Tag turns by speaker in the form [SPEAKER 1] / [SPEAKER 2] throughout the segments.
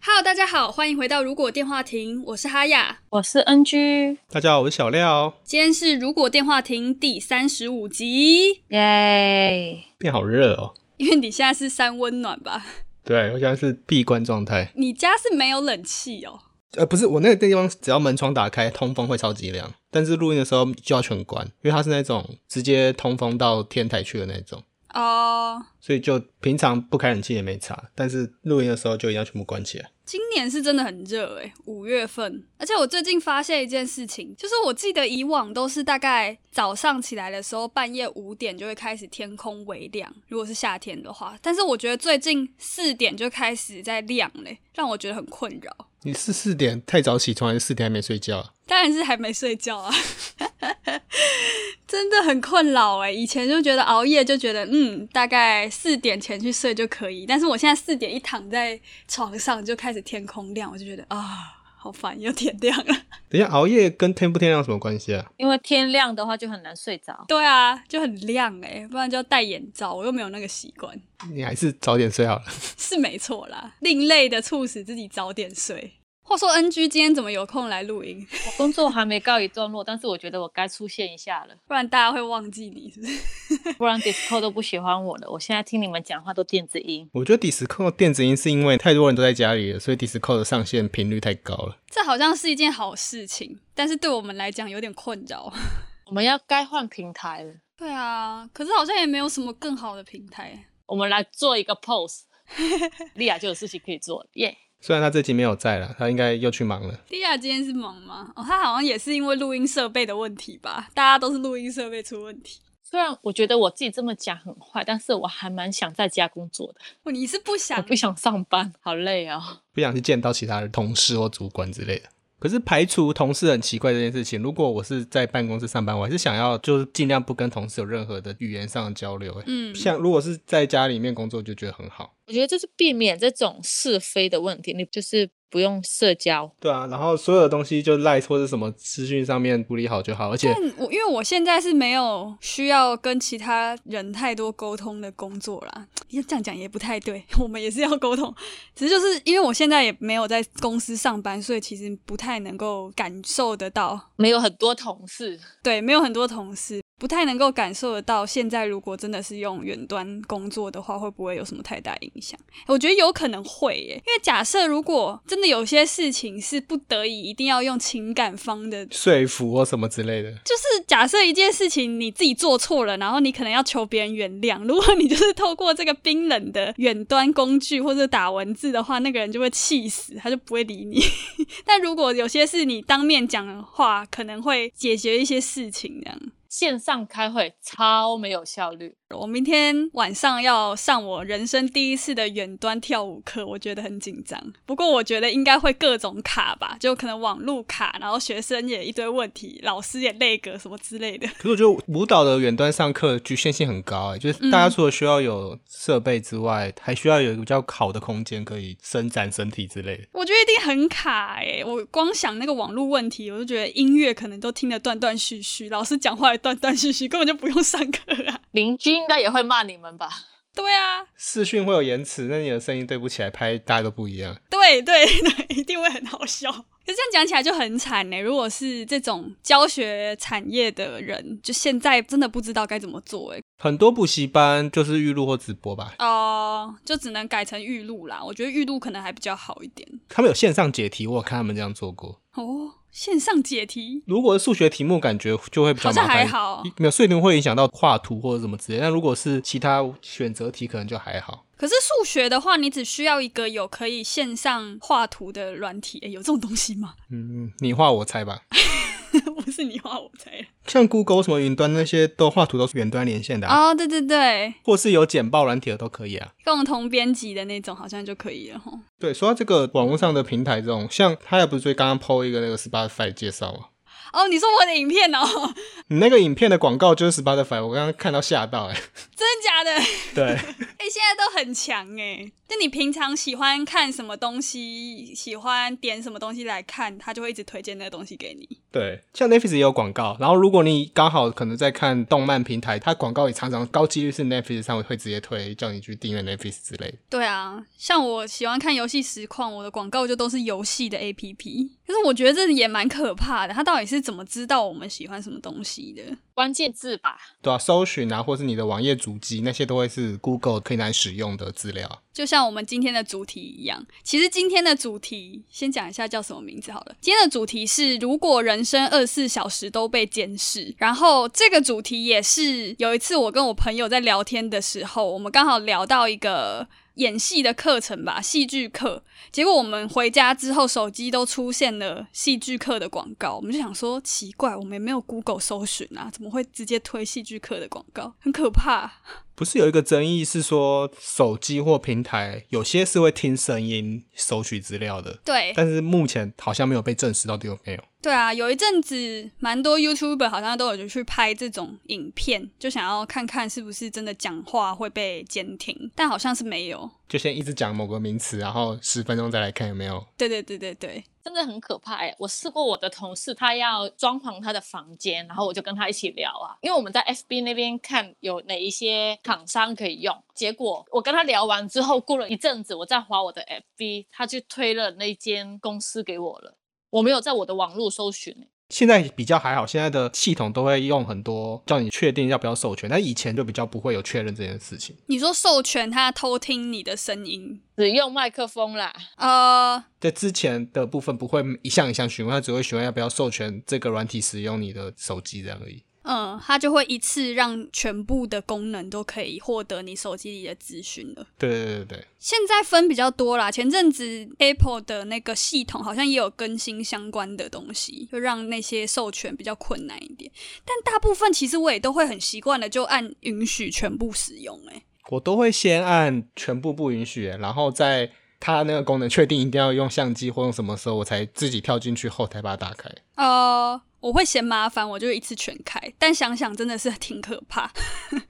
[SPEAKER 1] Hello，大家好，欢迎回到《如果电话亭》，我是哈雅。
[SPEAKER 2] 我是 NG，
[SPEAKER 3] 大家好，我是小廖，哦
[SPEAKER 1] 今天是《如果电话亭》第三十五集，
[SPEAKER 2] 耶！
[SPEAKER 3] 变好热哦。
[SPEAKER 1] 因为你现在是三温暖吧？
[SPEAKER 3] 对，我现在是闭关状态。
[SPEAKER 1] 你家是没有冷气哦。
[SPEAKER 3] 呃，不是，我那个地方只要门窗打开，通风会超级凉，但是录音的时候就要全关，因为它是那种直接通风到天台去的那种，
[SPEAKER 1] 哦、
[SPEAKER 3] 所以就平常不开冷气也没差，但是录音的时候就一定要全部关起来。
[SPEAKER 1] 今年是真的很热诶、五月份。而且我最近发现一件事情，就是我记得以往都是大概早上起来的时候，半夜五点就会开始天空微亮，如果是夏天的话。但是我觉得最近四点就开始在亮嘞、让我觉得很困扰。
[SPEAKER 3] 你是四点太早起床，还是四点还没睡觉啊？
[SPEAKER 1] 当然是还没睡觉啊， 真的很困扰哎、以前就觉得熬夜就觉得嗯，大概四点前去睡就可以，但是我现在四点一躺在床上就开始天空亮，我就觉得啊，好烦，又天亮了。
[SPEAKER 3] 等一下熬夜跟天不天亮有什么关系啊？
[SPEAKER 2] 因为天亮的话就很难睡着。
[SPEAKER 1] 对啊，就很亮哎、不然就要戴眼罩，我又没有那个习惯，
[SPEAKER 3] 你还是早点睡好了。
[SPEAKER 1] 是没错啦。另类的促使自己早点睡。话说 NG 今天怎么有空来录音？
[SPEAKER 2] 我工作还没告一段落，但是我觉得我该出现一下 了，
[SPEAKER 1] 不然大家会忘记你是不是？
[SPEAKER 2] 不然 Discord 都不喜欢我了。我现在听你们讲话都电子音，
[SPEAKER 3] 我觉得 Discord 电子音是因为太多人都在家里了，所以 Discord 的上线频率太高了。
[SPEAKER 1] 这好像是一件好事情，但是对我们来讲有点困扰。
[SPEAKER 2] 我们要该换平台了。
[SPEAKER 1] 对啊，可是好像也没有什么更好的平台。
[SPEAKER 2] 我们来做一个 pose，莉亚就有事情可以做了，耶、
[SPEAKER 3] 虽然他这集没有在了，他应该又去忙了。
[SPEAKER 1] 莉亚今天是忙吗？哦，她好像也是因为录音设备的问题吧，大家都是录音设备出问题。
[SPEAKER 2] 虽然我觉得我自己这么讲很坏，但是我还蛮想在家工作 的。
[SPEAKER 1] 哦，你是不
[SPEAKER 2] 我
[SPEAKER 1] 想
[SPEAKER 2] 不想上班，好累哦。
[SPEAKER 3] 不想去见到其他的同事或主管之类的。可是排除同事很奇怪这件事情，如果我是在办公室上班，我还是想要就是尽量不跟同事有任何的语言上的交流。欸
[SPEAKER 1] 嗯
[SPEAKER 3] 像如果是在家里面工作，就觉得很好。
[SPEAKER 2] 我觉得这是避免这种是非的问题，你就是不用社交。
[SPEAKER 3] 对啊，然后所有的东西就赖或者什么资讯上面处理好就好，而且
[SPEAKER 1] 但我因为我现在是没有需要跟其他人太多沟通的工作啦，要这样讲也不太对，我们也是要沟通，只是就是因为我现在也没有在公司上班，所以其实不太能够感受得到
[SPEAKER 2] 没有很多同事，
[SPEAKER 1] 对，没有很多同事，不太能够感受得到。现在如果真的是用远端工作的话，会不会有什么太大影响？我觉得有可能会耶，因为假设如果真的有些事情是不得已一定要用情感方的。
[SPEAKER 3] 说服或什么之类的。
[SPEAKER 1] 就是假设一件事情你自己做错了，然后你可能要求别人原谅。如果你就是透过这个冰冷的远端工具或者打文字的话，那个人就会气死，他就不会理你。 但如果有些是你当面讲的话，可能会解决一些事情这样。
[SPEAKER 2] 线上开会超没有效率。
[SPEAKER 1] 我明天晚上要上我人生第一次的远端跳舞课，我觉得很紧张。不过我觉得应该会各种卡吧，就可能网路卡，然后学生也一堆问题，老师也内格什么之类的。
[SPEAKER 3] 可是我觉得舞蹈的远端上课局限性很高、欸，就是大家除了需要有设备之外，还需要有一个比较好的空间可以伸展身体之类的。
[SPEAKER 1] 我觉得一定很卡诶、我光想那个网路问题，我就觉得音乐可能都听得断断续续，老师讲话也断断续续，根本就不用上课啊。
[SPEAKER 2] 邻居应该也会骂你们吧？
[SPEAKER 1] 对啊，
[SPEAKER 3] 视讯会有延迟，那你的声音对不起来，拍大家都不一样。
[SPEAKER 1] 对对 对，一定会很好笑。可是这样讲起来就很惨呢、欸如果是这种教学产业的人，就现在真的不知道该怎么做哎、
[SPEAKER 3] 很多补习班就是预录或直播吧，
[SPEAKER 1] 哦、就只能改成预录啦。我觉得预录可能还比较好一点
[SPEAKER 3] 他们有线上解题，我有看他们这样做过。
[SPEAKER 1] 哦。线上解题
[SPEAKER 3] 如果是数学题目，感觉就会比较
[SPEAKER 1] 好像
[SPEAKER 3] 麻烦，
[SPEAKER 1] 还好，
[SPEAKER 3] 没有，所以你会影响到画图或者什么之类。但如果是其他选择题，可能就还好。
[SPEAKER 1] 可是数学的话，你只需要一个有可以线上画图的软体，欸诶有这种东西吗？
[SPEAKER 3] 嗯，你画我猜吧。
[SPEAKER 1] 不是你画我猜的
[SPEAKER 3] 像 Google 什么云端那些都画图都是远端连线的、啊，
[SPEAKER 1] 哦，对对对，
[SPEAKER 3] 或是有简报软体的都可以啊。
[SPEAKER 1] 共同编辑的那种好像就可以了吼。
[SPEAKER 3] 对，说到这个网络上的平台这种，像他也不是最刚刚 PO 一个那个 Spotify 介绍嘛，
[SPEAKER 1] 哦哦，你说我的影片哦，
[SPEAKER 3] 你那个影片的广告就是 Spotify，我刚刚看到吓到哎、
[SPEAKER 1] 真的假的？哎、
[SPEAKER 3] 对，
[SPEAKER 1] 现在都很强哎、那你平常喜欢看什么东西？喜欢点什么东西来看，他就会一直推荐那个东西给你。
[SPEAKER 3] 对，像 Netflix 也有广告，然后如果你刚好可能在看动漫平台，它广告也常常高几率是 Netflix 上会直接推，叫你去订阅 Netflix 之类的。
[SPEAKER 1] 对啊，像我喜欢看游戏实况，我的广告就都是游戏的 APP。可是我觉得这也蛮可怕的，他到底是怎么知道我们喜欢什么东西的？
[SPEAKER 2] 关键字吧，
[SPEAKER 3] 对啊，搜寻啊，或是你的网页主机那些都会是 Google 可以拿来使用的资料。
[SPEAKER 1] 就像我们今天的主题一样，其实今天的主题先讲一下叫什么名字好了。今天的主题是如果人生二十四小时都被监视，然后这个主题也是有一次我跟我朋友在聊天的时候，我们刚好聊到一个演戏的课程吧，戏剧课。结果我们回家之后，手机都出现了戏剧课的广告，我们就想说奇怪，我们也没有 Google 搜寻啊，怎么会直接推戏剧课的广告？很可怕。
[SPEAKER 3] 不是有一个争议是说，手机或平台有些是会听声音收取资料的，
[SPEAKER 1] 对，
[SPEAKER 3] 但是目前好像没有被证实到底有没有。
[SPEAKER 1] 对啊，有一阵子蛮多 YouTuber 好像都有去拍这种影片，就想要看看是不是真的讲话会被监听，但好像是没有。
[SPEAKER 3] 就先一直讲某个名词，然后十分钟再来看有没有。
[SPEAKER 1] 对对对对对，
[SPEAKER 2] 真的很可怕哎、我试过我的同事，他要装潢他的房间，然后我就跟他一起聊啊，因为我们在 FB 那边看有哪一些厂商可以用。结果我跟他聊完之后，过了一阵子，我再划我的 FB，他就推了那间公司给我了。我没有在我的网络搜寻、欸，
[SPEAKER 3] 现在比较还好，现在的系统都会用很多叫你确定要不要授权，但以前就比较不会有确认这件事情。
[SPEAKER 1] 你说授权他偷听你的声音，
[SPEAKER 2] 只用麦克风啦。
[SPEAKER 1] 呃，
[SPEAKER 3] 在之前的部分不会一项一项询问，它只会询问要不要授权这个软体使用你的手机这样而已。
[SPEAKER 1] 嗯，他就会一次让全部的功能都可以获得你手机里的资讯了。
[SPEAKER 3] 对对对对，
[SPEAKER 1] 现在分比较多啦，前阵子 Apple 的那个系统好像也有更新相关的东西，就让那些授权比较困难一点。但大部分其实我也都会很习惯的，就按允许全部使用、欸。
[SPEAKER 3] 我都会先按全部不允许，然后在它那个功能确定一定要用相机或用什么时候，我才自己跳进去后台把它打开。
[SPEAKER 1] 呃，我会嫌麻烦，我就一次全开。但想想真的是挺可怕。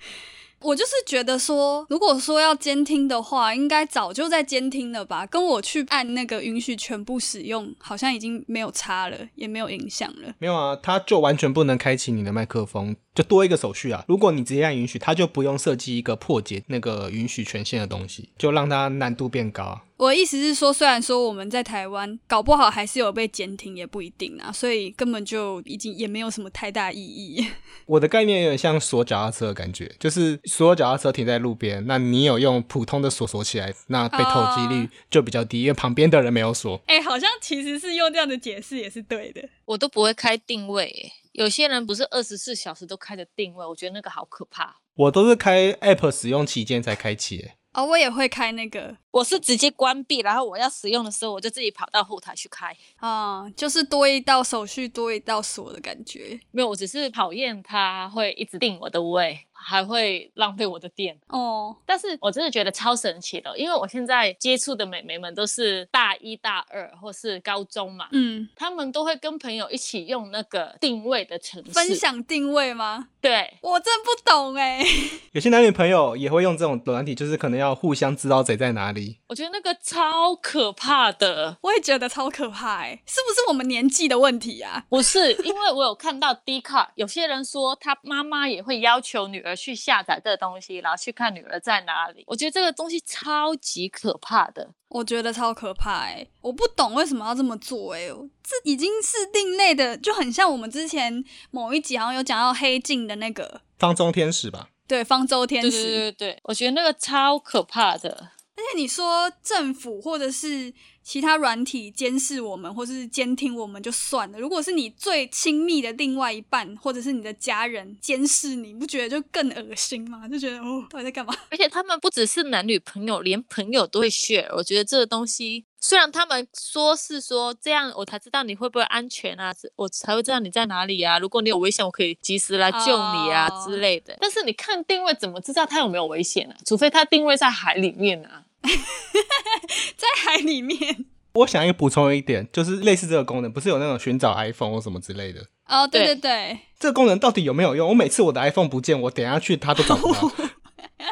[SPEAKER 1] 我就是觉得说，如果说要监听的话，应该早就在监听了吧？跟我去按那个允许全部使用，好像已经没有差了，也没有影响了。
[SPEAKER 3] 没有啊，它就完全不能开启你的麦克风，就多一个手续啊。如果你直接按允许，它就不用设计一个破解那个允许权限的东西，就让它难度变高啊。
[SPEAKER 1] 我的意思是说，虽然说我们在台湾搞不好还是有被监听，也不一定啊，所以根本就已经也没有什么太大意义。
[SPEAKER 3] 我的概念有点像锁脚踏车的感觉，就是所有脚踏车停在路边，那你有用普通的锁锁起来，那被偷几率就比较低，因为旁边的人没有锁。
[SPEAKER 1] 哎、好像其实是用这样的解释也是对的。
[SPEAKER 2] 我都不会开定位、欸，有些人不是二十四小时都开着定位，我觉得那个好可怕。
[SPEAKER 3] 我都是开 App 使用期间才开启、欸
[SPEAKER 1] 哦，我也会开那个
[SPEAKER 2] 我是直接关闭，然后我要使用的时候，我就自己跑到后台去开。
[SPEAKER 1] 啊、就是多一道手续多一道锁的感觉。
[SPEAKER 2] 没有，我只是讨厌它会一直定我的位，还会浪费我的电。
[SPEAKER 1] 哦，
[SPEAKER 2] 但是我真的觉得超神奇的，因为我现在接触的美眉们都是大一、大二或是高中嘛，
[SPEAKER 1] 嗯，
[SPEAKER 2] 她们都会跟朋友一起用那个定位的程式
[SPEAKER 1] 分。享定位吗？
[SPEAKER 2] 对，
[SPEAKER 1] 我真不懂哎、
[SPEAKER 3] 有些男女朋友也会用这种软体，就是可能要互相知道谁在哪里。
[SPEAKER 2] 我觉得那个超可怕的。
[SPEAKER 1] 我也觉得超可怕哎、是不是我们年纪的问题啊？
[SPEAKER 2] 不是，因为我有看到 D 卡，有些人说他妈妈也会要求女儿去下载这个东西，然后去看女儿在哪里。我觉得这个东西超级可怕的。
[SPEAKER 1] 我觉得超可怕哎、我不懂为什么要这么做哎、这已经是另类的，就很像我们之前某一集好像有讲到黑镜的那个，
[SPEAKER 3] 方中天使吧，
[SPEAKER 1] 对方舟天
[SPEAKER 2] 对
[SPEAKER 1] 使，
[SPEAKER 2] 对对对对，我觉得那个超可怕的。
[SPEAKER 1] 而且你说政府或者是其他软体监视我们，或是监听我们就算了，如果是你最亲密的另外一半，或者是你的家人监视你，不觉得就更恶心吗？就觉得哦，到底在干嘛？
[SPEAKER 2] 而且他们不只是男女朋友，连朋友都会 share。我觉得这个东西，虽然他们说是说这样，我才知道你会不会安全啊，是我才会知道你在哪里啊。如果你有危险，我可以及时来救你啊、
[SPEAKER 1] 哦
[SPEAKER 2] 之类的。但是你看定位怎么知道他有没有危险啊？除非他定位在海里面啊。
[SPEAKER 1] 在海里面
[SPEAKER 3] 我想要补充一点，就是类似这个功能，不是有那种寻找 iPhone 或什么之类的，
[SPEAKER 1] 哦，对对
[SPEAKER 2] 对
[SPEAKER 1] 对，
[SPEAKER 3] 这个功能到底有没有用？我每次我的 iPhone 不见，我等一下去它都找不到。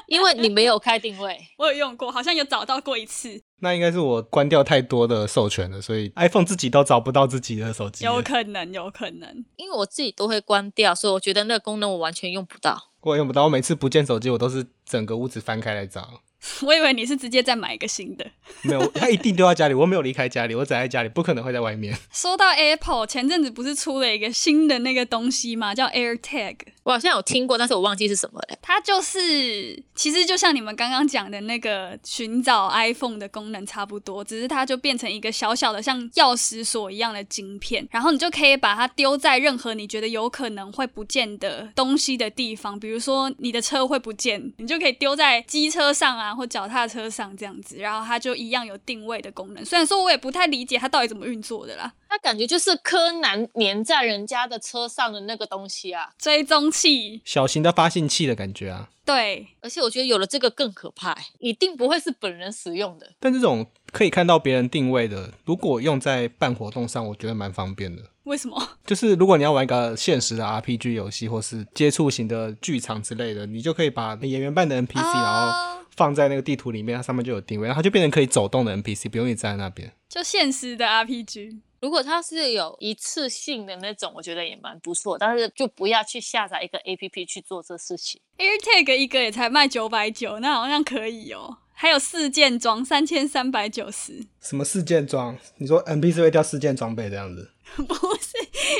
[SPEAKER 2] 因为你没有开定位。
[SPEAKER 1] 我有用过，好像有找到过一次，
[SPEAKER 3] 那应该是我关掉太多的授权了，所以 iPhone 自己都找不到自己的手机了。
[SPEAKER 1] 有可能，有可能。
[SPEAKER 2] 因为我自己都会关掉，所以我觉得那个功能我完全用不到。
[SPEAKER 3] 我用不到，我每次不见手机，我都是整个屋子翻开来找。
[SPEAKER 1] 我以为你是直接再买一个新的。
[SPEAKER 3] 没有， 它一定丢在家里，我没有离开家里，我宅在家里，不可能会在外面。
[SPEAKER 1] 说到 Apple，前阵子不是出了一个新的那个东西嘛，叫 AirTag。
[SPEAKER 2] 我好像有听过，但是我忘记是什么了。
[SPEAKER 1] 它就是，其实就像你们刚刚讲的那个寻找 iPhone 的功能差不多，只是它就变成一个小小的像钥匙锁一样的晶片，然后你就可以把它丢在任何你觉得有可能会不见的东西的地方，比如说你的车会不见，你就可以丢在机车上啊或脚踏车上这样子，然后它就一样有定位的功能。虽然说我也不太理解它到底怎么运作的啦，
[SPEAKER 2] 那感觉就是柯南粘在人家的车上的那个东西啊，
[SPEAKER 1] 追踪器，
[SPEAKER 3] 小型的发信器的感觉啊，
[SPEAKER 1] 对，
[SPEAKER 2] 而且我觉得有了这个更可怕、欸一定不会是本人使用的。
[SPEAKER 3] 但这种可以看到别人定位的，如果用在办活动上，我觉得蛮方便的。
[SPEAKER 1] 为什么？
[SPEAKER 3] 就是如果你要玩一个现实的 RPG 游戏，或是接触型的剧场之类的，你就可以把演员扮的 NPC，、然后
[SPEAKER 1] 哦
[SPEAKER 3] 放在那个地图里面，它上面就有定位，然后它就变成可以走动的 NPC，不用一直站在那边。
[SPEAKER 1] 就现实的 RPG。
[SPEAKER 2] 如果它是有一次性的那种，我觉得也蛮不错，但是就不要去下载一个 A P P 去做这事情。
[SPEAKER 1] AirTag 一个也才卖九百九，那好像可以哦。还有四件装三千三百九十，
[SPEAKER 3] 什么四件装？你说 NPC 会掉四件装备这样子？
[SPEAKER 1] 不是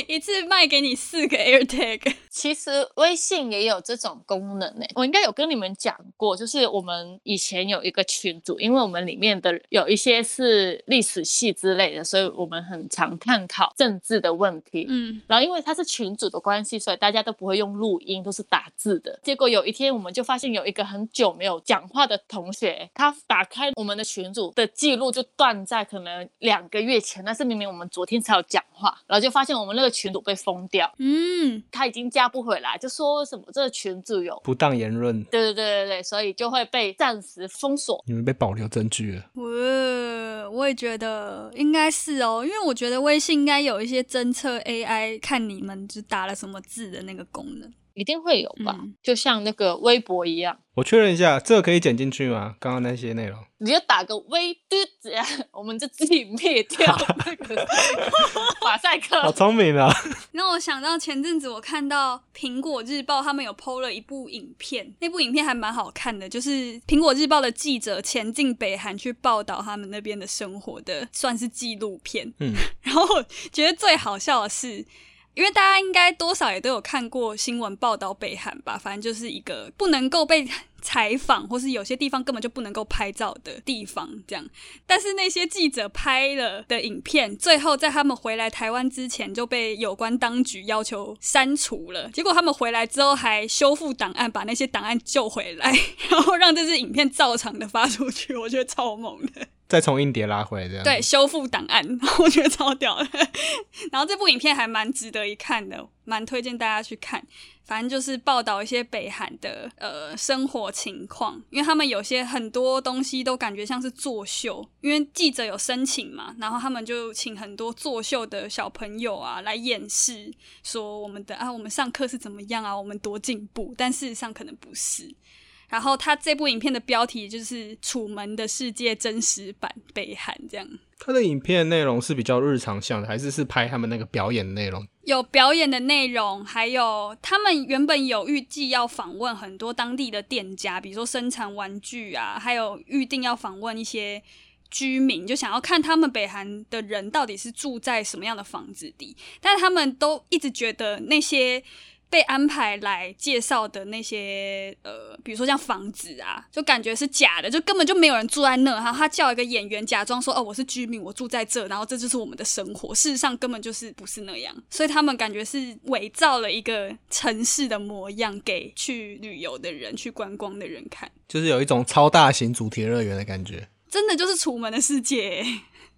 [SPEAKER 1] 一次卖给你四个 AirTag，
[SPEAKER 2] 其实微信也有这种功能呢、欸我应该有跟你们讲过，就是我们以前有一个群组，因为我们里面的有一些是历史系之类的，所以我们很常探讨政治的问题。
[SPEAKER 1] 嗯，
[SPEAKER 2] 然后因为它是群组的关系，所以大家都不会用录音，都是打字的。结果有一天，我们就发现有一个很久没有讲话的同学，他打开我们的群组的记录，就断在可能两个月前，但是明明我们昨天才有讲话，然后就发现我们那个群组被封掉，
[SPEAKER 1] 嗯，
[SPEAKER 2] 他已经加不回来，就说什么这个群组有。
[SPEAKER 3] 不当言论，
[SPEAKER 2] 对对对对对，所以就会被暂时封锁。
[SPEAKER 3] 你们被保留证据了。
[SPEAKER 1] 我我也觉得应该是哦，因为我觉得微信应该有一些侦测 AI 看你们就打了什么字的那个功能。
[SPEAKER 2] 一定会有吧，
[SPEAKER 1] 嗯
[SPEAKER 2] 就像那个微博一样，
[SPEAKER 3] 我确认一下，这个可以剪进去吗？刚刚那些内容，
[SPEAKER 2] 你就打个微嘟子，啊 我们就自己灭掉那个马赛
[SPEAKER 3] 好
[SPEAKER 2] 克。
[SPEAKER 3] 聪明啊！
[SPEAKER 1] 让我想到前阵子我看到《苹果日报》他们有 PO 了一部影片，那部影片还蛮好看的，就是《苹果日报》的记者前进北韩去报道他们那边的生活的，算是纪录片。
[SPEAKER 3] 嗯，
[SPEAKER 1] 然后我觉得最好笑的是，因为大家应该多少也都有看过新闻报道北韩吧，反正就是一个不能够被采访，或是有些地方根本就不能够拍照的地方，这样。但是那些记者拍了的影片，最后在他们回来台湾之前就被有关当局要求删除了。结果他们回来之后还修复档案，把那些档案救回来， 然后让这支影片照常的发出去，我觉得超猛的。
[SPEAKER 3] 再从硬碟拉回来这样。
[SPEAKER 1] 对，，修复档案， 我觉得超屌的。然后这部影片还蛮值得一看的，蛮推荐大家去看。反正就是报道一些北韩的呃生活情况，因为他们有些很多东西都感觉像是作秀，因为记者有申请嘛，然后他们就请很多作秀的小朋友啊来演示，说我们的啊我们上课是怎么样啊，我们多进步，但事实上可能不是。然后他这部影片的标题就是《楚门的世界真实版北韩》，这样
[SPEAKER 3] 它的影片内容是比较日常向的，还是是拍他们那个表演的内容？
[SPEAKER 1] 有表演的内容，还有他们原本有预计要访问很多当地的店家，比如说生产玩具啊，还有预定要访问一些居民，就想要看他们北韩的人到底是住在什么样的房子里。但他们都一直觉得那些被安排来介绍的那些呃，比如说像房子啊，就感觉是假的，就根本就没有人住在那。然后他叫一个演员假装说：“哦，我是居民，我住在这，然后这就是我们的生活。”事实上根本就是不是那样，所以他们感觉是伪造了一个城市的模样给去旅游的人、去观光的人看。
[SPEAKER 3] 就是有一种超大型主题乐园的感觉。
[SPEAKER 1] 真的就是楚门的世界、 欸
[SPEAKER 3] 《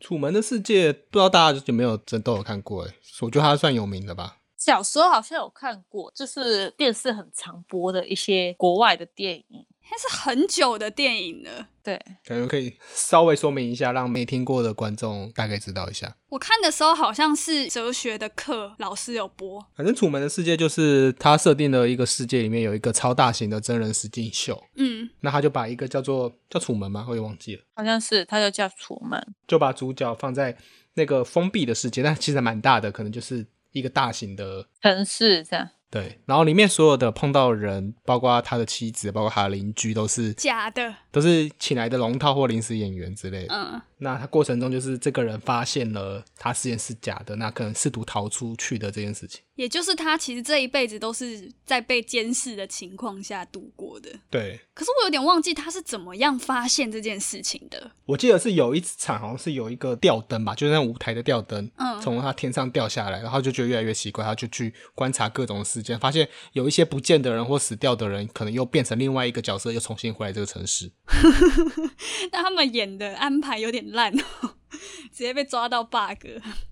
[SPEAKER 3] 楚门的世界》不知道大家有没有真都有看过？哎，我觉得它算有名的吧。
[SPEAKER 2] 小时候好像有看过，就是电视很常播的一些国外的电影。
[SPEAKER 1] 它是很久的电影了。
[SPEAKER 2] 对，
[SPEAKER 3] 感觉可以稍微说明一下，让没听过的观众大概知道一下。
[SPEAKER 1] 我看的时候好像是哲学的课，老师有播，
[SPEAKER 3] 反正《楚门的世界》就是他设定的一个世界，里面有一个超大型的真人实境秀，
[SPEAKER 1] 嗯，
[SPEAKER 3] 那他就把一个叫做叫楚门吗？我也忘记了，
[SPEAKER 2] 好像是，他就叫楚门。
[SPEAKER 3] 就把主角放在那个封闭的世界，但其实还蛮大的，可能就是一个大型的
[SPEAKER 2] 城市这样，
[SPEAKER 3] 对。然后里面所有的碰到的人，包括他的妻子，包括他的邻居，都是
[SPEAKER 1] 假的，
[SPEAKER 3] 都是请来的龙套或临时演员之类的。
[SPEAKER 1] 嗯，
[SPEAKER 3] 那他过程中就是这个人发现了他实验是假的，那可能试图逃出去的这件事情。
[SPEAKER 1] 也就是他其实这一辈子都是在被监视的情况下度过的。
[SPEAKER 3] 对，
[SPEAKER 1] 可是我有点忘记他是怎么样发现这件事情的。
[SPEAKER 3] 我记得是有一场好像是有一个吊灯吧，就是那舞台的吊灯，
[SPEAKER 1] 嗯
[SPEAKER 3] 从他天上掉下来，然后就觉得越来越奇怪，他就去观察各种事件，发现有一些不见的人或死掉的人，可能又变成另外一个角色，又重新回来这个城市。
[SPEAKER 1] 但他们演的安排有点烂哦， 直接被抓到 bug。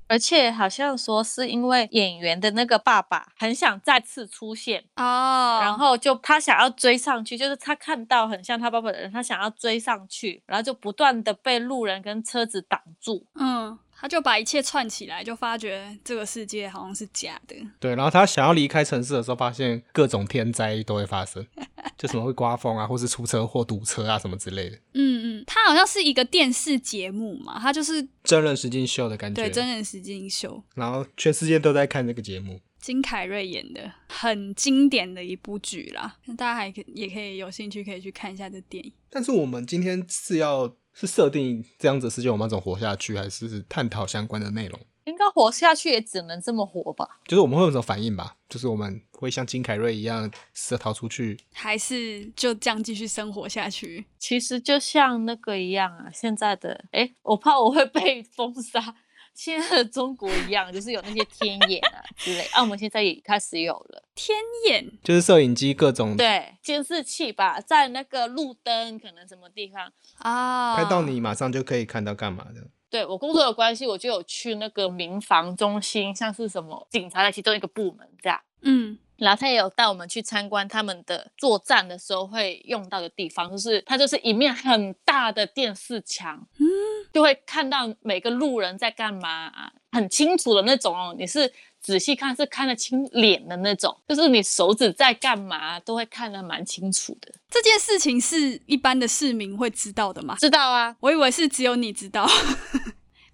[SPEAKER 2] 而且好像说是因为演员的那个爸爸很想再次出现，
[SPEAKER 1] 哦
[SPEAKER 2] 然后就他想要追上去，就是他看到很像他爸爸的人，他想要追上去，然后就不断的被路人跟车子挡住。
[SPEAKER 1] 嗯，他就把一切串起来，就发觉这个世界好像是假的。
[SPEAKER 3] 对，然后他想要离开城市的时候，发现各种天灾都会发生， 就什么会刮风啊，或是出车祸、堵车啊什么之类的，
[SPEAKER 1] 嗯嗯，它好像是一个电视节目嘛，它就是
[SPEAKER 3] 真人实境秀的感觉。
[SPEAKER 1] 对真人实境秀，
[SPEAKER 3] 然后全世界都在看这个节目。
[SPEAKER 1] 金凯瑞演的，很经典的一部剧啦。那大家还可也可以有兴趣可以去看一下这电影。
[SPEAKER 3] 但是我们今天是要是设定这样子的世界，我们要怎么活下去，还是探讨相关的内容？
[SPEAKER 2] 应该活下去也只能这么活吧？
[SPEAKER 3] 就是我们会有什么反应吧？就是我们会像金凯瑞一样试着逃出去。
[SPEAKER 1] 还是就这样继续生活下去？
[SPEAKER 2] 其实就像那个一样啊，现在的诶，我怕我会被封杀。现在的中国一样，就是有那些天眼啊之类，啊，我们现在也开始有了，
[SPEAKER 1] 天眼
[SPEAKER 3] 就是摄影机各种
[SPEAKER 1] 啊
[SPEAKER 2] 对，监视器吧，在那个路灯可能什么地方，
[SPEAKER 1] 啊，
[SPEAKER 3] 拍到你，马上就可以看到干嘛的。
[SPEAKER 2] 对我工作的关系，我就有去那个民防中心，像是什么警察的其中一个部门这样。
[SPEAKER 1] 嗯
[SPEAKER 2] 然后他也有带我们去参观他们的作战的时候会用到的地方，就是它就是一面很大的电视墙，
[SPEAKER 1] 嗯，
[SPEAKER 2] 就会看到每个路人在干嘛啊，很清楚的那种哦。你是仔细看是看得清脸的那种，就是你手指在干嘛都会看得蛮清楚的。
[SPEAKER 1] 这件事情是一般的市民会知道的吗？
[SPEAKER 2] 知道啊，
[SPEAKER 1] 我以为是只有你知道。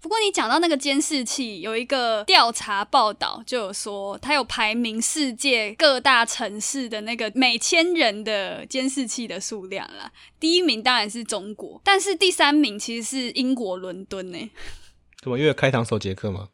[SPEAKER 1] 不过你讲到那个监视器，有一个调查报道就有说，它有排名世界各大城市的那个每千人的监视器的数量啦。第一名当然是中国，但是第三名其实是英国伦敦呢、
[SPEAKER 3] 怎么？因为开膛手杰克嘛，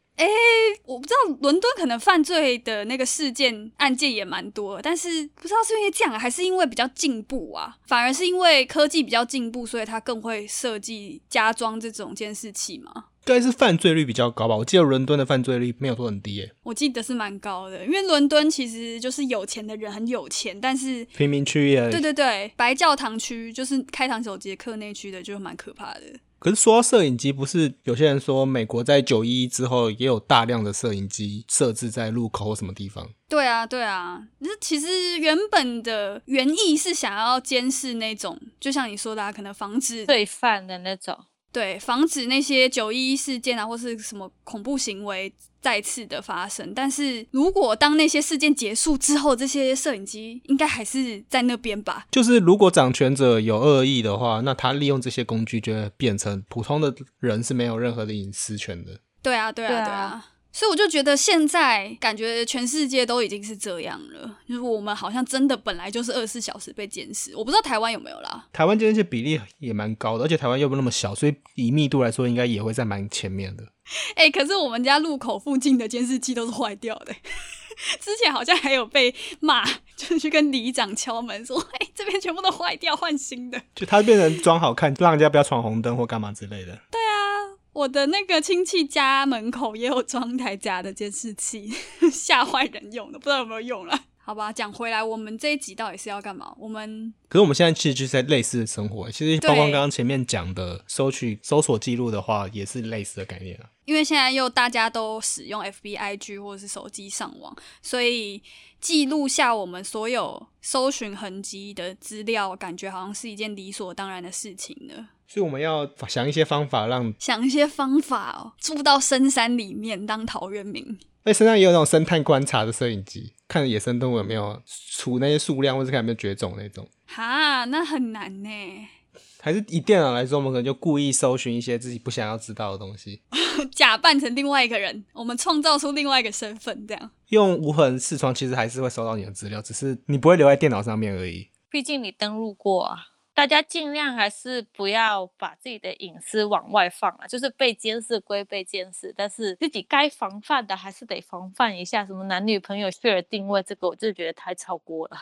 [SPEAKER 1] 我不知道伦敦可能犯罪的那个事件案件也蛮多的，但是不知道是因为这样，还是因为比较进步啊？反而是因为科技比较进步，所以它更会设计加装这种监视器嘛？
[SPEAKER 3] 应该是犯罪率比较高吧？我记得伦敦的犯罪率没有说很低耶，
[SPEAKER 1] 我记得是蛮高的，因为伦敦其实就是有钱的人很有钱，但是
[SPEAKER 3] 贫民区也。
[SPEAKER 1] 对对对，白教堂区就是开膛手杰克那区的就蛮可怕的。
[SPEAKER 3] 可是说到摄影机，不是有些人说美国在九一一之后也有大量的摄影机设置在路口或什么地方？
[SPEAKER 1] 对啊，对啊，那其实原本的原意是想要监视那种，就像你说的、啊，可能防止
[SPEAKER 2] 罪犯的那种。
[SPEAKER 1] 对防止那些九一一事件啊，或是什么恐怖行为再次的发生。但是如果当那些事件结束之后，这些摄影机应该还是在那边吧？
[SPEAKER 3] 就是如果掌权者有恶意的话，那他利用这些工具就会变成普通的人是没有任何的隐私权的。
[SPEAKER 1] 对啊，对啊，
[SPEAKER 2] 对啊
[SPEAKER 1] 对啊。所以我就觉得现在感觉全世界都已经是这样了，就是我们好像真的本来就是二十四小时被监视。我不知道台湾有没有啦。
[SPEAKER 3] 台湾监视器比例也蛮高的，而且台湾又不那么小，所以以密度来说，应该也会在蛮前面的。
[SPEAKER 1] 哎、可是我们家路口附近的监视器都是坏掉的。 之前好像还有被骂，就是去跟里长敲门说：“ 哎、这边全部都坏掉，换新的。
[SPEAKER 3] 就它变成装好看，让人家不要闯红灯或干嘛之类的。”
[SPEAKER 1] 我的那个亲戚 家门口也有装台假的监视器，吓坏人用的，不知道有没有用啦。好吧，讲回来，我们这一集到底是要干嘛？我们
[SPEAKER 3] 可是我们现在其实就是在类似的生活，其实包括
[SPEAKER 1] 对
[SPEAKER 3] 刚刚前面讲的搜取搜索记录的话，也是类似的概念啊。
[SPEAKER 1] 因为现在又大家都使用 FBIG 或者是手机上网，所以记录下我们所有搜寻痕迹的资料，感觉好像是一件理所当然的事情了。
[SPEAKER 3] 所以我们要想一些方法让，
[SPEAKER 1] 想一些方法哦，住到深山里面当陶渊明。
[SPEAKER 3] 哎，身上也有那种生态观察的摄影机，看野生动物有没有除那些数量，或是看有没有绝种那种。
[SPEAKER 1] 哈，那很难呢。
[SPEAKER 3] 还是以电脑来说，我们可能就故意搜寻一些自己不想要知道的东西，
[SPEAKER 1] 假扮成另外一个人，我们创造出另外一个身份，这样。
[SPEAKER 3] 用无痕视窗，其实还是会收到你的资料，只是你不会留在电脑上面而已。
[SPEAKER 2] 毕竟你登录过啊。大家尽量还是不要把自己的隐私往外放啊，就是被监视归被监视，但是自己该防范的还是得防范一下。什么男女朋友 share 定位这个，我就觉得太超过了。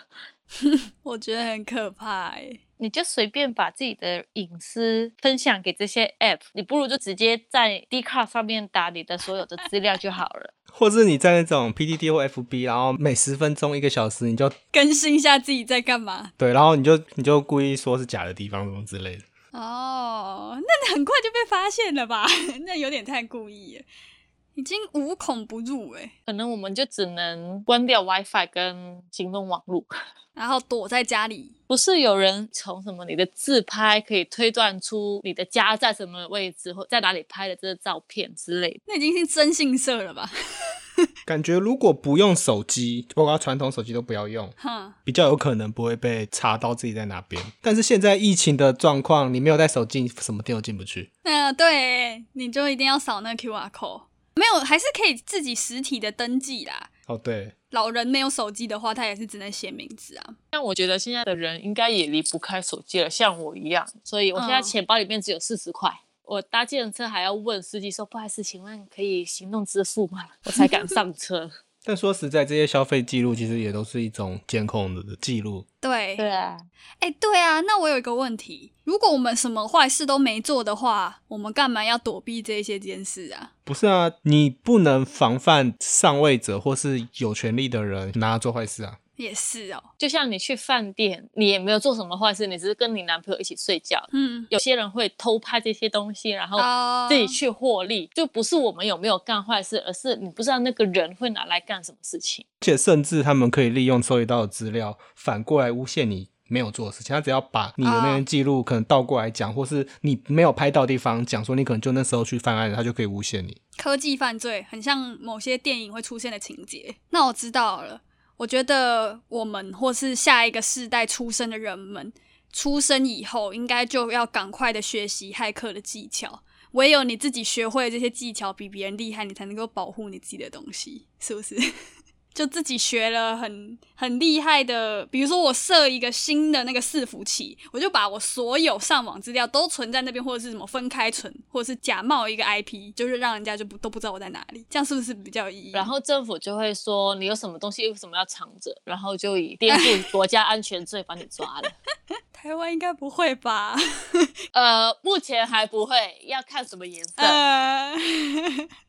[SPEAKER 1] 我觉得很可怕、欸。
[SPEAKER 2] 你就随便把自己的隐私分享给这些 app，你不如就直接在 d c a r 上面打你的所有的资料就好了。
[SPEAKER 3] 或是你在那种 PDD 或 FB，然后每十分钟一个小时，你就
[SPEAKER 1] 更新一下自己在干嘛
[SPEAKER 3] 对，然后你就你就故意说是假的地方什么之类的。
[SPEAKER 1] 哦，那很快就被发现了吧？ 那有点太故意了，已经无孔不入哎、
[SPEAKER 2] 可能我们就只能关掉 WiFi 跟行动网络。
[SPEAKER 1] 然后躲在家里。
[SPEAKER 2] 不是有人从什么你的自拍可以推断出你的家在什么位置或在哪里拍的这个照片之类的。
[SPEAKER 1] 那已经是真性色了吧？
[SPEAKER 3] 感觉如果不用手机，包括传统手机都不要用，
[SPEAKER 1] 哼，
[SPEAKER 3] 比较有可能不会被查到自己在哪边。但是现在疫情的状况，你没有带手机，你什么店都进不去。
[SPEAKER 1] 那对，你就一定要扫那个 QR code。没有，还是可以自己实体的登记啦。
[SPEAKER 3] 哦，对，
[SPEAKER 1] 老人没有手机的话，他也是只能写名字啊。
[SPEAKER 2] 但我觉得现在的人应该也离不开手机了，像我一样，所以我现在
[SPEAKER 1] 嗯
[SPEAKER 2] 钱包里面只有四十块。我搭计程车还要问司机说：“不好意思，请问可以行动支付吗？”我才敢上车。
[SPEAKER 3] 但说实在，这些消费记录其实也都是一种监控的记录。
[SPEAKER 1] 对，
[SPEAKER 2] 啊，
[SPEAKER 1] 哎、对啊，那我有一个问题，如果我们什么坏事都没做的话，我们干嘛要躲避这些监视啊？
[SPEAKER 3] 不是啊，你不能防范上位者或是有权利的人拿来做坏事啊。
[SPEAKER 1] 也是哦，
[SPEAKER 2] 就像你去饭店，你也没有做什么坏事，你只是跟你男朋友一起睡觉。
[SPEAKER 1] 嗯，
[SPEAKER 2] 有些人会偷拍这些东西，然后
[SPEAKER 1] 哦
[SPEAKER 2] 自己去获利，就不是我们有没有干坏事，而是你不知道那个人会拿来干什么事情。
[SPEAKER 3] 而且甚至他们可以利用收集到的资料，反过来诬陷你没有做的事情。他只要把你的那些记录可能倒过来讲，或是你没有拍到的地方讲说你可能就那时候去犯案，他就可以诬陷你。
[SPEAKER 1] 科技犯罪很像某些电影会出现的情节。那我知道了，我觉得我们或是下一个世代出生的人们，出生以后应该就要赶快的学习骇客的技巧。唯有你自己学会这些技巧，比别人厉害，你才能够保护你自己的东西，是不是？ 就自己学了很很厉害的，比如说我设一个新的那个伺服器，我就把我所有上网资料都存在那边，或者是什么分开存，或者是假冒一个 IP，就是让人家就不都不知道我在哪里，这样是不是比较有意义？
[SPEAKER 2] 然后政府就会说你有什么东西为什么要藏着，然后就以颠覆国家安全罪把你抓了。
[SPEAKER 1] 台湾应该不会吧？
[SPEAKER 2] 呃，目前还不会，要看什么颜色，
[SPEAKER 1] 呃，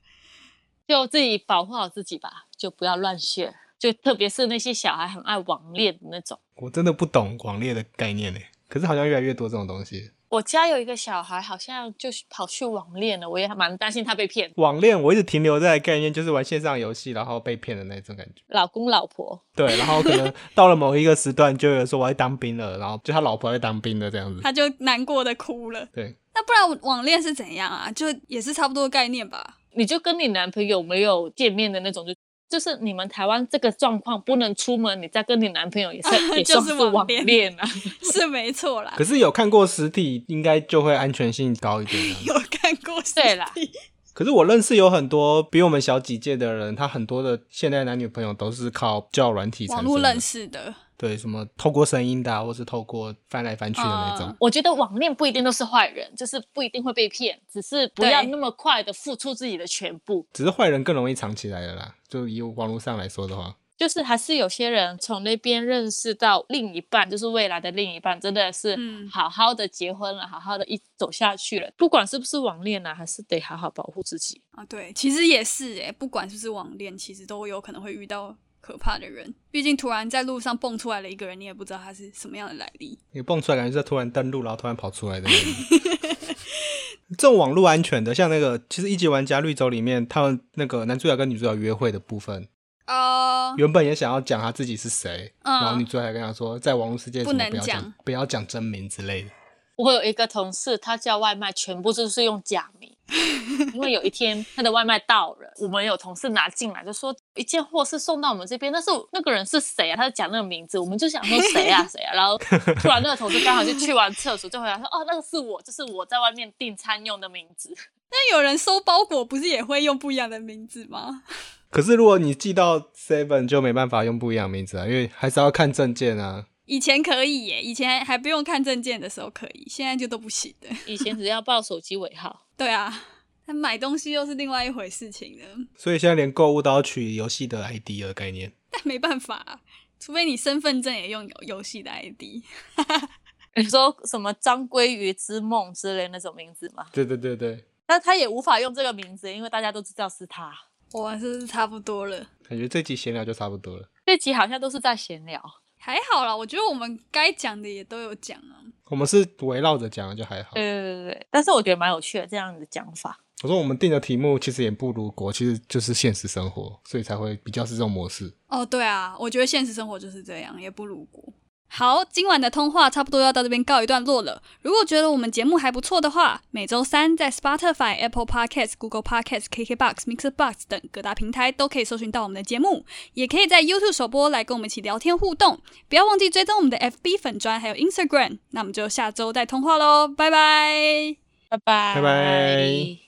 [SPEAKER 2] 就自己保护好自己吧，就不要乱炫。就特别是那些小孩很爱网恋的那种。
[SPEAKER 3] 我真的不懂网恋的概念呢，可是好像越来越多这种东西。
[SPEAKER 2] 我家有一个小孩，好像就是跑去网恋了，我也蛮担心他被骗。
[SPEAKER 3] 网恋我一直停留在概念就是玩线上游戏然后被骗的那种感觉。
[SPEAKER 2] 老公老婆，
[SPEAKER 3] 对，然后可能到了某一个时段，就有人说我要去当兵了，然后就他老婆要去当兵了这样子。
[SPEAKER 1] 他就难过的哭了。
[SPEAKER 3] 对，
[SPEAKER 1] 那不然网恋是怎样啊？就也是差不多的概念吧。
[SPEAKER 2] 你就跟你男朋友没有见面的那种，就就是你们台湾这个状况不能出门，你再跟你男朋友也算 也
[SPEAKER 1] 就
[SPEAKER 2] 算
[SPEAKER 1] 是
[SPEAKER 2] 是
[SPEAKER 1] 网
[SPEAKER 2] 网
[SPEAKER 1] 恋
[SPEAKER 2] 恋啊。
[SPEAKER 1] 是没错啦
[SPEAKER 3] 可。是有看过实体，应该就会安全性高一点这样子。
[SPEAKER 1] 有看过实
[SPEAKER 2] 对啦
[SPEAKER 1] 体
[SPEAKER 3] 可是我认识有很多比我们小几届的人，他很多的现在男女朋友都是靠交友软体产
[SPEAKER 1] 网
[SPEAKER 3] 生
[SPEAKER 1] 络
[SPEAKER 3] 的
[SPEAKER 1] 认，识的，
[SPEAKER 3] 对，什么透过声音的、啊，或是透过翻来翻去的那种。
[SPEAKER 1] 嗯
[SPEAKER 2] 我觉得网恋不一定都是坏人，就是不一定会被骗，只是不
[SPEAKER 1] 对
[SPEAKER 2] 要那么快的付出自己的全部。
[SPEAKER 3] 只是坏人更容易藏起来了啦，就以网络上来说的话，
[SPEAKER 2] 就是还是有些人从那边认识到另一半，就是未来的另一半，真的是
[SPEAKER 1] 嗯
[SPEAKER 2] 好好的结婚了，好好的一走下去了。不管是不是网恋啊，还是得好好保护自己。
[SPEAKER 1] 欸啊，对，其实也是诶、不管是不是网恋，其实都有可能会遇到可怕的人。毕竟突然在路上蹦出来了一个人，你也不知道他是什么样的来历。
[SPEAKER 3] 你蹦出来感觉是突然登录，然后突然跑出来的那种。这种网络安全的，像那个其实一级玩家绿洲里面，他们那个男主角跟女主角约会的部分，
[SPEAKER 1] 哦、
[SPEAKER 3] 原本也想要讲他自己是谁，
[SPEAKER 1] 嗯
[SPEAKER 3] 然后女主角还跟他说，在网络世界
[SPEAKER 1] 不
[SPEAKER 3] 什么
[SPEAKER 1] 能
[SPEAKER 3] 不要
[SPEAKER 1] 讲
[SPEAKER 3] 讲不要讲真名之类的。
[SPEAKER 2] 我有一个同事，他叫外卖，全部就是用假名。因为有一天他的外卖到了，我们有同事拿进来就说一件货是送到我们这边，但是那个人是谁啊？他就讲那个名字，我们就想说谁啊谁啊，然后突然那个同事刚好就去完厕所就回来说哦那个是我，这是我在外面订餐用的名字。
[SPEAKER 1] 那有人收包裹不是也会用不一样的名字吗？
[SPEAKER 3] 可是如果你寄到 Seven 就没办法用不一样的名字啊，因为还是要看证件啊。
[SPEAKER 1] 以前可以耶，以前还不用看证件的时候可以，现在就都不行的。
[SPEAKER 2] 以前只要报手机尾号，
[SPEAKER 1] 对啊，但买东西又是另外一回事情了，
[SPEAKER 3] 所以现在连购物都要取游戏的 ID 的概念。
[SPEAKER 1] 但没办法、除非你身份证也用游游戏的 ID。
[SPEAKER 2] 你说什么张鲑鱼之梦之类那种名字吗？
[SPEAKER 3] 对对对对，
[SPEAKER 2] 但他也无法用这个名字，因为大家都知道是他。
[SPEAKER 1] 哇，这是差不多了，
[SPEAKER 3] 感觉这集闲聊就差不多了。
[SPEAKER 2] 这集好像都是在闲聊。
[SPEAKER 1] 还好啦。我觉得我们该讲的也都有讲啊。
[SPEAKER 3] 我们是围绕着讲，就还好。
[SPEAKER 2] 对对对对，但是我觉得蛮有趣的这样的讲法。
[SPEAKER 3] 我说我们定的题目其实也不如国，其实就是现实生活，所以才会比较是这种模式。
[SPEAKER 1] 哦，对啊，我觉得现实生活就是这样，也不如果。好，今晚的通话差不多要到这边告一段落了。如果觉得我们节目还不错的话，每周三在 Spotify、Apple Podcasts、Google Podcasts、KKBox、Mixer Box 等各大平台都可以搜寻到我们的节目，也可以在 YouTube 首播来跟我们一起聊天互动。不要忘记追踪我们的 FB 粉砖还有 Instagram。那我们就下周再通话喽，拜拜。
[SPEAKER 2] 拜拜，
[SPEAKER 3] 拜拜。